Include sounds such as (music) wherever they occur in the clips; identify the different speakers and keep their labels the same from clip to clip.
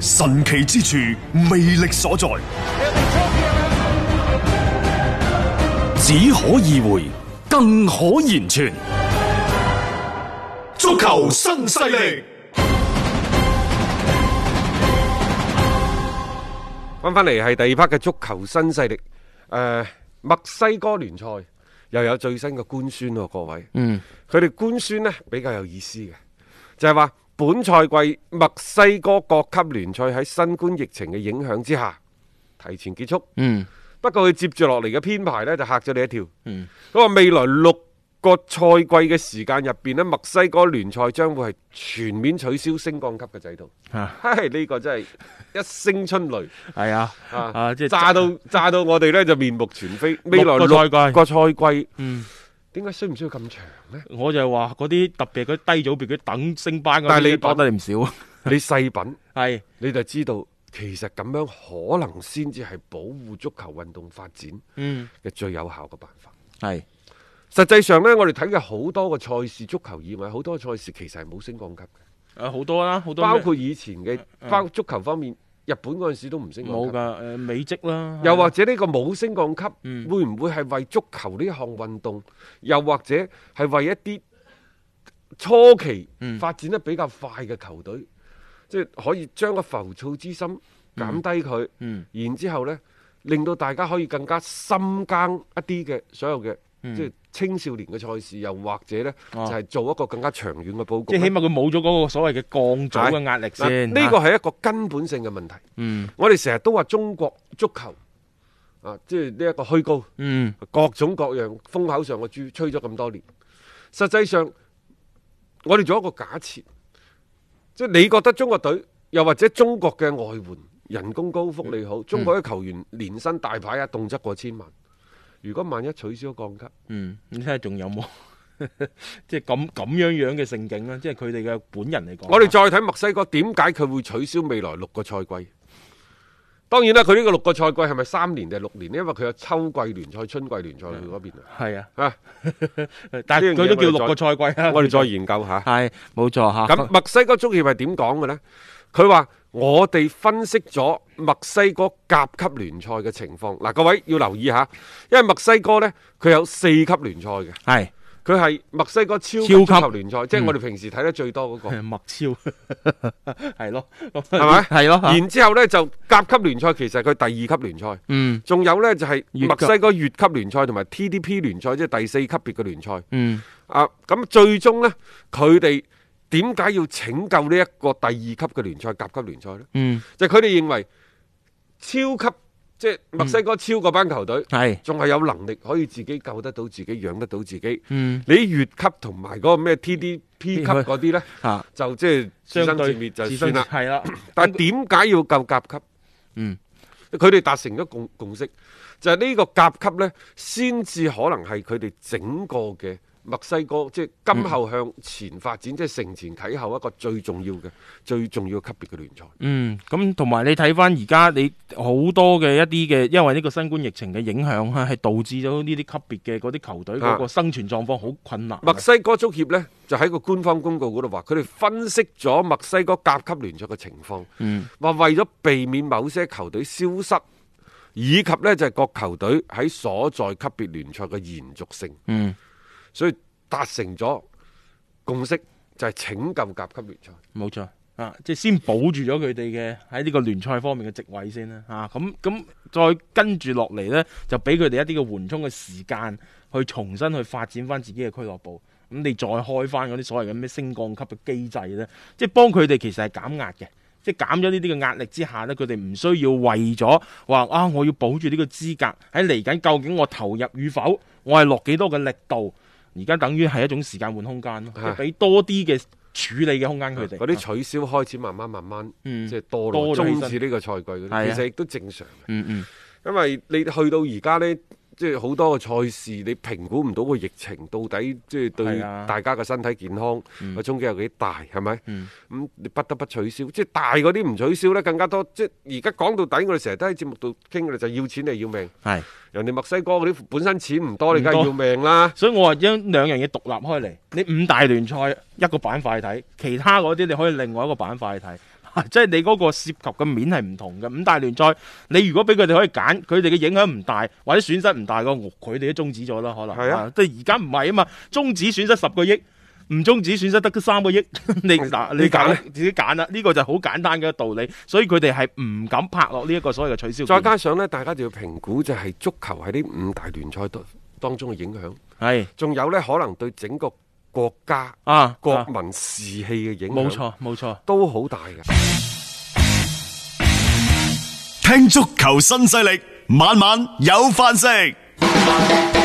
Speaker 1: 神奇之處，魅力所在，
Speaker 2: 只可意會，更可言傳。
Speaker 1: 足球新勢力。
Speaker 3: 翻翻嚟係第二 part 嘅足球新勢力。誒、墨西哥聯賽又有最新嘅官宣喎，各位。嗯，佢哋官宣呢比較有意思嘅，就係、話本賽季墨西哥各級聯賽喺新冠疫情嘅影響之下提前結束。嗯，不過佢接住落嚟嘅編排呢，就嚇咗你一跳。嗯，佢話未來六個賽季嘅時間入邊呢，墨西哥聯賽將會係全面取消升降級嘅制度。係呢、個真係一聲春雷。
Speaker 4: 係啊，
Speaker 3: Vâng.
Speaker 4: 啊即係
Speaker 3: 炸到炸到我哋咧就面目全非。未來
Speaker 4: 六個賽季
Speaker 3: 六個賽季，嗯，點解需唔需要咁長呢？ (laughs)
Speaker 4: 我就係話嗰啲特別嗰啲低組別嗰啲等升班嗰啲，
Speaker 3: 但係你
Speaker 4: 多得你唔少。
Speaker 3: 你細品，
Speaker 4: 係
Speaker 3: 你就知道其實咁樣可能先至係保護足球運動發展
Speaker 4: 嗯
Speaker 3: 嘅最有效嘅辦法。
Speaker 4: 係
Speaker 3: 實際上呢，我哋睇嘅好多個賽事，足球以外好多賽事其實係冇升降級嘅，
Speaker 4: 誒好多啦，好多咩嗯
Speaker 3: 包括以前嘅包括足球方面，日本嗰陣時都唔升
Speaker 4: 冇
Speaker 3: 降級。
Speaker 4: 㗎誒美職啦，
Speaker 3: 又或者呢個冇升降級，
Speaker 4: 嗯
Speaker 3: 會唔會係為足球呢項運動，又或者係為一啲初期
Speaker 4: 嗯
Speaker 3: 發展得比較快嘅球隊，即係可以將個浮躁之心減低佢，
Speaker 4: 嗯
Speaker 3: 然之後呢，令到大家可以更加深耕一啲嘅所有嘅、即係青少年嘅賽事，又或者呢，
Speaker 4: 嗯哦
Speaker 3: 就係做一個更加長遠嘅佈
Speaker 4: 即
Speaker 3: 局
Speaker 4: 係
Speaker 3: 呢。
Speaker 4: 起碼佢冇咗嗰個所謂嘅降組
Speaker 3: 係
Speaker 4: 嘅壓力
Speaker 3: 嗱
Speaker 4: 先。
Speaker 3: 呢
Speaker 4: 嚇
Speaker 3: 個係一個根本性嘅問題。
Speaker 4: 嗯
Speaker 3: 我哋成日都話中國足球啊，即係呢一個虛高。
Speaker 4: 嗯
Speaker 3: 各種各樣風口上嘅豬吹咗咁多年，實際上我哋做一個假設，即係你覺得中國隊又或者中國嘅外援人工高、福利好，中國嘅球員年薪大牌啊，動輒過千萬。如果萬一取消降級，
Speaker 4: 嗯，你睇下仲 (laughs) 有冇即係咁咁樣樣嘅盛景啦？即係佢哋嘅本人嚟講，
Speaker 3: 我哋再睇墨西哥點解佢會取消未來六個賽季？當然啦，佢呢個六個賽季係咪三年定係六年呢？因為佢有秋季聯賽、春季聯賽去嗰邊啊。
Speaker 4: 係啊， (laughs)
Speaker 3: 啊，
Speaker 4: 但係
Speaker 3: 呢樣嘢
Speaker 4: 佢都叫
Speaker 3: 我哋再
Speaker 4: 六個賽季啊。
Speaker 3: 我哋再研究下。
Speaker 4: 係冇錯嚇。
Speaker 3: 咁墨西哥足協係點講嘅呢？佢話我哋分析咗墨西哥甲級聯賽嘅情況。嗱，各位要留意下，因為墨西哥呢，佢有四級聯賽嘅，
Speaker 4: 係
Speaker 3: 佢係墨西哥超級
Speaker 4: 超級
Speaker 3: 足球聯賽，即係我哋平時睇得最多 (laughs) 嗰、個。
Speaker 4: (laughs) 係麥超係咯，啊係
Speaker 3: 係咪？
Speaker 4: (laughs) 係咯嚇。
Speaker 3: 然之後呢，就甲級聯賽其實佢第二級聯賽，
Speaker 4: 嗯
Speaker 3: 仲有呢，就係、
Speaker 4: 乙級
Speaker 3: 墨西哥越級聯賽同埋 TDP 聯賽，即係第四級別嘅聯賽。
Speaker 4: 嗯
Speaker 3: 啊，咁最終呢，佢哋點解要拯救呢一個第二級嘅聯賽、甲級聯賽呢？
Speaker 4: 嗯
Speaker 3: 就係佢哋認為超級即係墨西哥超嗰班球隊，
Speaker 4: 係
Speaker 3: 仲係有能力可以自己救得到自己、養得到自己。
Speaker 4: 嗯
Speaker 3: 你越級同埋嗰個咩 TDP 級嗰啲呢，
Speaker 4: (laughs) 嚇。
Speaker 3: 就即係
Speaker 4: 相
Speaker 3: 自生
Speaker 4: 對
Speaker 3: 自滅就算啦。
Speaker 4: 係啦，
Speaker 3: 但係點解要救甲級？
Speaker 4: 嗯，
Speaker 3: 佢哋達成咗共共識，就係、呢個甲級呢，先至可能係佢哋整個嘅墨西哥，即係今後向前發展，即係承前啟後一個最重要嘅、最重要嘅級別嘅聯賽。
Speaker 4: 嗯，咁同埋你睇翻而家你好多嘅一啲嘅，因為呢個新冠疫情嘅影響啊，係導致咗呢啲級別嘅嗰啲球隊
Speaker 3: 啊
Speaker 4: 嗰個生存狀況好困難。啊
Speaker 3: 墨西哥足協呢，就喺個官方公告嗰度話，佢哋分析咗墨西哥甲級聯賽嘅情況，話、
Speaker 4: 嗯
Speaker 3: 為咗避免某些球隊消失，以及呢就係、各球隊喺所在級別聯賽嘅延續性，
Speaker 4: 嗯，
Speaker 3: 所以達成咗共識，就係、拯救甲級聯賽。
Speaker 4: 冇錯，啊，即係先保住咗佢哋嘅喺呢個聯賽方面嘅席位先啦，啊，咁咁再跟住落嚟呢，就俾佢哋一啲嘅緩衝嘅時間去重新去發展翻自己嘅俱樂部。咁你再開翻嗰啲所謂嘅咩升降級嘅機制呢，即係幫佢哋其實係減壓嘅。即係減咗呢啲嘅壓力之下呢，佢哋唔需要為咗話啊，我要保住呢個資格喺嚟緊，究竟我投入與否，我係落幾多嘅力度？而家等於係一種時間換空間咯，即係
Speaker 3: 係
Speaker 4: 俾多啲嘅處理嘅空間佢哋。啊
Speaker 3: 嗰啲取消開始慢慢慢慢，
Speaker 4: 嗯
Speaker 3: 即係多
Speaker 4: 多
Speaker 3: 咯，
Speaker 4: 咗起
Speaker 3: 終
Speaker 4: 身
Speaker 3: 止呢個賽季嗰
Speaker 4: 係啊
Speaker 3: 啲，其實亦都正常嘅。
Speaker 4: 嗯嗯
Speaker 3: 因為你去到而家呢，即係好多嘅賽事，你評估唔到個疫情到底即係對
Speaker 4: 係啊
Speaker 3: 大家嘅身體健康個衝擊有幾大，係咪？咁、
Speaker 4: 嗯
Speaker 3: 你不得不取消，即係大嗰啲唔取消呢，更加多。即係而家講到底，我哋成日都喺節目度傾嘅就係要錢定係要命。
Speaker 4: 係，
Speaker 3: 人哋墨西哥嗰啲本身錢唔多，你
Speaker 4: 唔
Speaker 3: 梗係
Speaker 4: 多
Speaker 3: 要命
Speaker 4: (laughs)
Speaker 3: 啦。
Speaker 4: 所以我話將兩樣嘢獨立開嚟，你五大聯賽一個板塊睇，其他嗰啲你可以另外一個板塊睇。 (laughs) 即係你嗰個涉及嘅面係唔同嘅，五大聯賽你如果俾佢哋可以揀，佢哋嘅影響唔大或者損失唔大嘅，佢哋都終止咗啦，可能
Speaker 3: 係啊
Speaker 4: 即係而家唔係啊嘛，終止損失十個億，唔終止損失得三個億， (laughs) 你嗱嗯你
Speaker 3: 你揀
Speaker 4: 揀
Speaker 3: 啦
Speaker 4: 自己揀啦，呢、個就好簡單嘅道理，所以佢哋係唔敢拍落呢一個所謂嘅取消
Speaker 3: 再
Speaker 4: 鍵。
Speaker 3: 加上呢，大家就要評估就係足球喺呢五大聯賽當當中嘅影響，
Speaker 4: 係
Speaker 3: 仲有呢，可能對整個國家
Speaker 4: 啊，
Speaker 3: 國
Speaker 4: 啊
Speaker 3: 民士氣嘅影響，
Speaker 4: 冇錯冇錯。
Speaker 3: 都好大嘅。
Speaker 1: 聽足球新勢力，晚晚有飯食。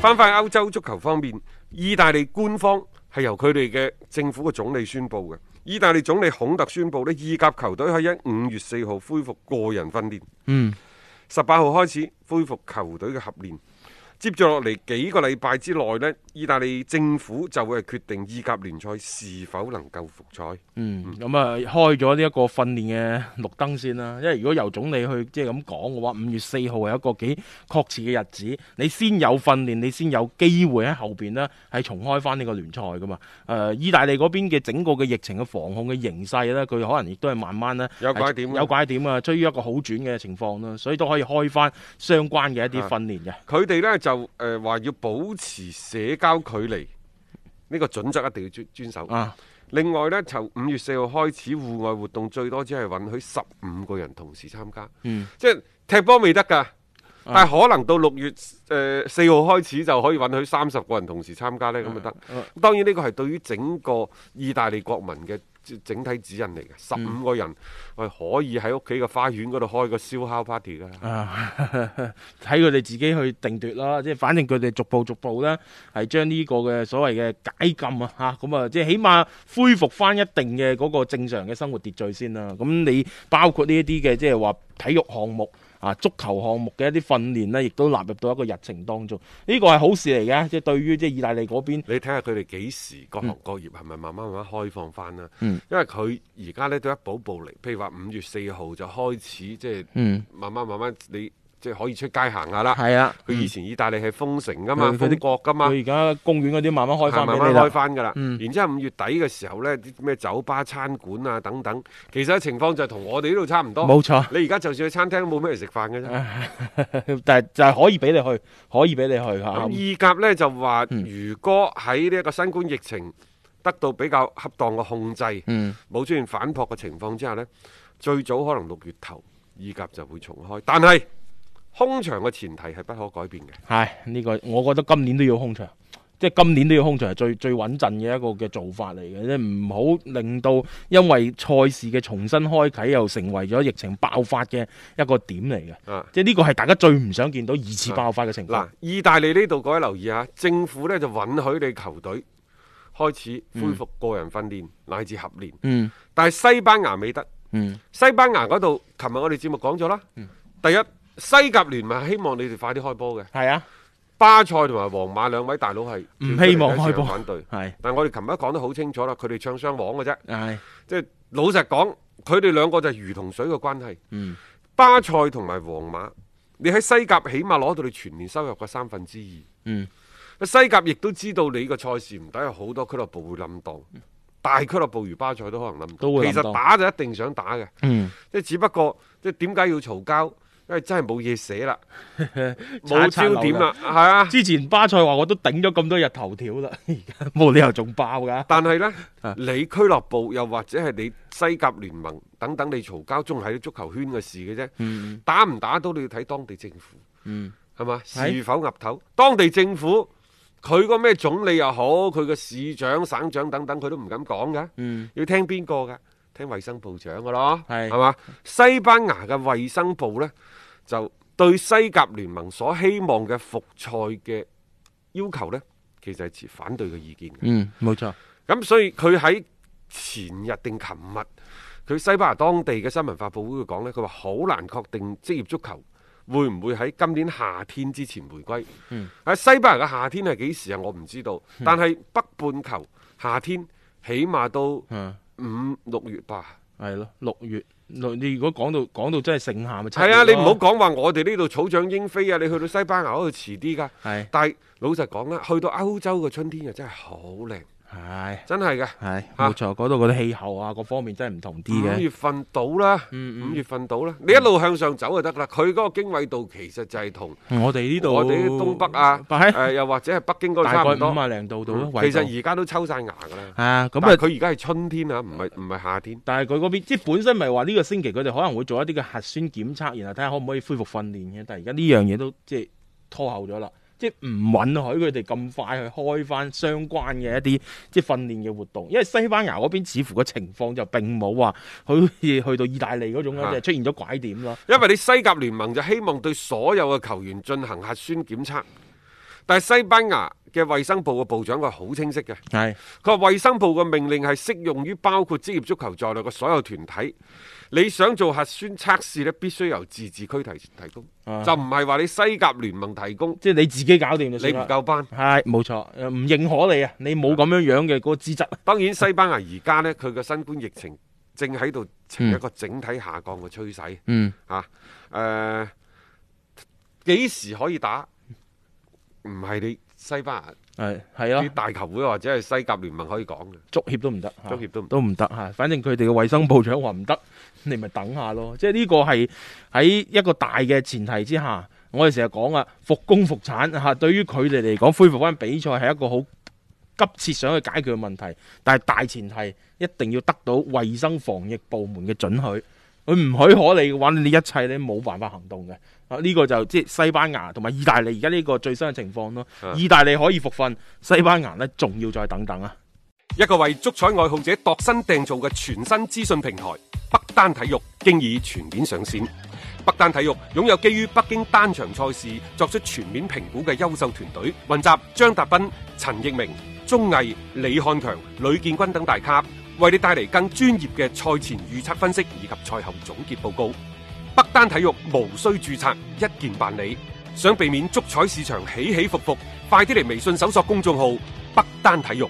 Speaker 3: 翻返歐洲足球方面，意大利官方係由佢哋嘅政府嘅總理宣布嘅。意大利總理孔特宣布呢意甲球隊喺一五月四號恢復個人訓練，
Speaker 4: 嗯，
Speaker 3: 十八號開始恢復球隊嘅合練。接住落嚟幾個禮拜之內呢意大利政府就會係決定意甲聯賽是否能夠復賽。
Speaker 4: 嗯，咁啊，開咗呢一個訓練嘅綠燈先啦，因為如果由總理去即係咁講嘅話，五月四號係一個幾確切嘅日子，你先有訓練，你先有機會喺後邊呢係重開翻呢個聯賽噶嘛。誒、意大利嗰邊嘅整個嘅疫情嘅防控嘅形勢呢，佢可能亦都係慢慢呢，
Speaker 3: 有拐點啊
Speaker 4: 有拐點啊，追於一個好轉嘅情況啦，所以都可以開翻相關嘅一啲訓練嘅。
Speaker 3: 佢哋呢就誒話、要保持社交距離，呢、個準則一定要遵遵守。
Speaker 4: 啊，
Speaker 3: 另外呢，就五月四號開始，戶外活動最多只係允許十五個人同時參加，
Speaker 4: 嗯啊
Speaker 3: 即係踢波未得㗎。但係可能到六月誒四號開始就可以允許三十個人同時參加呢，咁
Speaker 4: 啊
Speaker 3: 就得。咁當然呢個係對於整個意大利國民嘅整體指引嚟
Speaker 4: 嗯
Speaker 3: 嘅，十五個人喂可以喺屋企嘅花園嗰度開個燒烤 party 㗎啦。
Speaker 4: 啊， (laughs) 睇佢哋自己去定奪啦，即係反正佢哋逐步逐步咧，係將呢個嘅所謂嘅解禁啊，嚇咁啊，即係起碼恢復翻一定嘅嗰個正常嘅生活秩序先啦。咁你包括呢一啲嘅即係話體育項目。啊，足球項目嘅一啲訓練呢，亦都納入到一個日程當中，呢個係好事嚟嘅，即係對於即係意大利嗰邊
Speaker 3: 你睇下佢哋幾時各行各業係咪慢慢慢慢開放翻啦？
Speaker 4: 嗯
Speaker 3: 因為佢而家呢都一步步嚟，譬如話五月四號就開始即係
Speaker 4: 嗯
Speaker 3: 慢慢慢慢你即係可以出街行下啦。
Speaker 4: 係啊，
Speaker 3: 佢以前意大利係封城噶嘛，
Speaker 4: 佢佢啲
Speaker 3: 封國噶嘛，
Speaker 4: 佢而家公園嗰啲慢慢開
Speaker 3: 係
Speaker 4: 翻俾
Speaker 3: 慢
Speaker 4: 你
Speaker 3: 慢
Speaker 4: 啦
Speaker 3: 開，翻噶啦。
Speaker 4: 嗯
Speaker 3: 然之後五月底嘅時候呢，啲咩酒吧、餐館啊等等，其實情況就同我哋呢度差唔多。
Speaker 4: 冇錯。 (laughs)
Speaker 3: 你而家就算去餐廳都冇咩人食飯嘅啫。
Speaker 4: 但係就係可以俾你去，可以俾你去嚇
Speaker 3: 咁。意甲呢就話，
Speaker 4: 嗯
Speaker 3: 如果喺呢一個新冠疫情得到比較恰當嘅控制，
Speaker 4: 嗯
Speaker 3: 冇出現反撲嘅情況之下呢，最早可能六月頭意甲就會重開，但係空場嘅前提係不可改變嘅。
Speaker 4: 係呢、個，我覺得今年都要空場，即係今年都要空場係最最穩陣嘅一個嘅做法嚟嘅，即係唔好令到因為賽事嘅重新開啟又成為咗疫情爆發嘅一個點嚟嘅，
Speaker 3: 啊
Speaker 4: 即係呢個係大家最唔想見到二次爆發嘅情況
Speaker 3: 嗱。，意大利呢度各位留意下，政府呢就允許你球隊開始恢復個人訓練、乃至合練，
Speaker 4: 嗯
Speaker 3: 但係西班牙未得。
Speaker 4: 嗯，
Speaker 3: 西班牙嗰度，琴日我哋節目講咗啦。第一，西甲聯盟希望你哋快啲開波嘅。
Speaker 4: 係啊，
Speaker 3: 巴塞同埋皇馬兩位大佬係
Speaker 4: 唔希望
Speaker 3: 跳出嚟
Speaker 4: 開波
Speaker 3: 反對，
Speaker 4: 係
Speaker 3: 但係我哋琴日講得好清楚啦，佢哋唱雙簧嘅啫，
Speaker 4: 係
Speaker 3: 即係老實講，佢哋兩個就係如同水嘅關係。
Speaker 4: 嗯
Speaker 3: 巴塞同埋皇馬，你喺西甲起碼攞到你全年收入嘅三分之二。
Speaker 4: 嗯
Speaker 3: 西甲亦都知道你個賽事唔抵，有好多俱樂部會冧檔，大俱樂部如巴塞都可能冧檔。
Speaker 4: 都會冧檔
Speaker 3: 其實打就一定想打嘅，
Speaker 4: 嗯
Speaker 3: 即係只不過即係點解要嘈交？因為真係冇嘢
Speaker 4: (laughs)
Speaker 3: 寫啦，
Speaker 4: 刷
Speaker 3: 冇
Speaker 4: 一刷流
Speaker 3: 焦
Speaker 4: 量
Speaker 3: 點啦，係啊。
Speaker 4: 之前巴塞話我都頂咗咁多日頭條啦， (laughs) 而家冇理由仲爆㗎。
Speaker 3: 但係呢，
Speaker 4: 啊
Speaker 3: 你俱樂部又或者係你西甲聯盟等等，你嘈交仲係足球圈嘅事嘅啫。
Speaker 4: 嗯
Speaker 3: 打唔打到你要睇當地政府，係嘛、
Speaker 4: 係
Speaker 3: 是否岌頭？當地政府佢個咩總理又好，佢個市長、省長等等，佢都唔敢講㗎。
Speaker 4: 嗯
Speaker 3: 要聽邊個㗎？聽衞生部長㗎咯，
Speaker 4: 係
Speaker 3: 係嘛？西班牙嘅衞生部呢，就對西甲聯盟所希望嘅復賽嘅要求呢，其實係持反對嘅意見嘅。
Speaker 4: 嗯，冇錯。
Speaker 3: 咁所以佢喺前日定琴日，佢西班牙當地嘅新聞發佈會佢講呢，佢話好難確定職業足球會唔會喺今年夏天之前回歸。喺、
Speaker 4: 嗯
Speaker 3: 西班牙嘅夏天係幾時啊？我唔知道，但係北半球夏天起碼都
Speaker 4: 嗯，
Speaker 3: 五六月吧。
Speaker 4: 係咯，六月六，你如果講到講到真係盛夏咪七月
Speaker 3: 係啊，你唔好
Speaker 4: 咯
Speaker 3: 講話我哋呢度草長莺飛啊！你去到西班牙嗰度遲啲㗎。
Speaker 4: 係
Speaker 3: 但係老實講啦，去到歐洲嘅春天啊，真係好靚，
Speaker 4: 係
Speaker 3: 真係嘅。
Speaker 4: 係
Speaker 3: 啊
Speaker 4: 冇錯，嗰度嗰啲氣候啊，各方面真係唔同啲
Speaker 3: 五
Speaker 4: 嘅。
Speaker 3: 月份到啦，
Speaker 4: 嗯嗯
Speaker 3: 五月份到啦，你一路向上走就得啦。佢嗰個經緯度其實就係同
Speaker 4: 嗯我哋呢度
Speaker 3: 我哋啲東北啊，
Speaker 4: 係
Speaker 3: 誒又或者係北京嗰度差
Speaker 4: 大概
Speaker 3: 唔
Speaker 4: 五
Speaker 3: 多。
Speaker 4: 啊零度到咯
Speaker 3: 嗯。
Speaker 4: 緯
Speaker 3: 其
Speaker 4: 度
Speaker 3: 實而家都抽晒牙㗎啦。
Speaker 4: 啊，咁
Speaker 3: 咁
Speaker 4: 啊
Speaker 3: 啊，。佢而家係春天啊，唔係唔係夏天。
Speaker 4: 但係佢嗰邊即係本身咪話呢個星期佢哋可能會做一啲嘅核酸檢測，然後睇下可唔可以恢復訓練嘅。但係而家呢樣嘢都即係拖後咗啦，即係唔允許佢哋咁快去開翻相關嘅一啲即係訓練嘅活動，因為西班牙嗰邊似乎個情況就並冇話好似去到意大利嗰種
Speaker 3: 啊
Speaker 4: 咧，就出現咗拐點咯。
Speaker 3: 因為你西甲聯盟就希望對所有嘅球員進行核酸檢測，但係西班牙嘅衛生部嘅部長佢好清晰嘅，
Speaker 4: 係
Speaker 3: 佢話衛生部嘅命令係適用於包括職業足球在內嘅所有團體。你想做核酸測試呢，必須由自治區提提供，
Speaker 4: 啊
Speaker 3: 就唔係話你西甲聯盟提供，
Speaker 4: 即係你自己搞掂就
Speaker 3: 你
Speaker 4: 算
Speaker 3: 唔
Speaker 4: 啦。
Speaker 3: 夠班。
Speaker 4: 係冇錯，誒唔認可你啊！你冇咁樣樣嘅嗰個資質。啊
Speaker 3: 當然，西班牙而家呢，佢嘅新冠疫情正喺度呈一個整體下降嘅趨勢。
Speaker 4: 嗯，
Speaker 3: 嚇、啊，誒、幾時可以打？唔係你西班牙
Speaker 4: 係係咯
Speaker 3: 啲。大球會或者係西甲聯盟可以講嘅。
Speaker 4: 足協都唔得，
Speaker 3: 足協都唔得
Speaker 4: 都唔得嚇。反正佢哋嘅衞生部長話唔得， (laughs) 你咪等下咯。即係呢個係喺一個大嘅前提之下，我哋成日講啊，復工復產嚇、對於佢哋嚟講，恢復翻比賽係一個好急切想去解決嘅問題，但係大前提一定要得到衞生防疫部門嘅准許。佢唔許可你嘅話，你一切你冇辦法行動嘅。啊，呢、個就即係西班牙同埋意大利而家呢個最新嘅情況咯。
Speaker 3: 啊
Speaker 4: 意大利可以復訓，西班牙呢仲要再等等啊！
Speaker 3: 一個為足彩愛好者度身訂造嘅全新資訊平台北單體育，經已全面上線。北單體育擁有基於北京單場賽事作出全面評估嘅優秀團隊，雲集張達斌、陳奕明、鐘毅、李漢強、呂建軍等大咖，為你帶嚟更專業嘅賽前預測分析以及賽後總結報告。北單體育無需註冊，一鍵辦理。想避免足彩市場起起伏伏，快啲嚟微信搜索公眾號北單體育。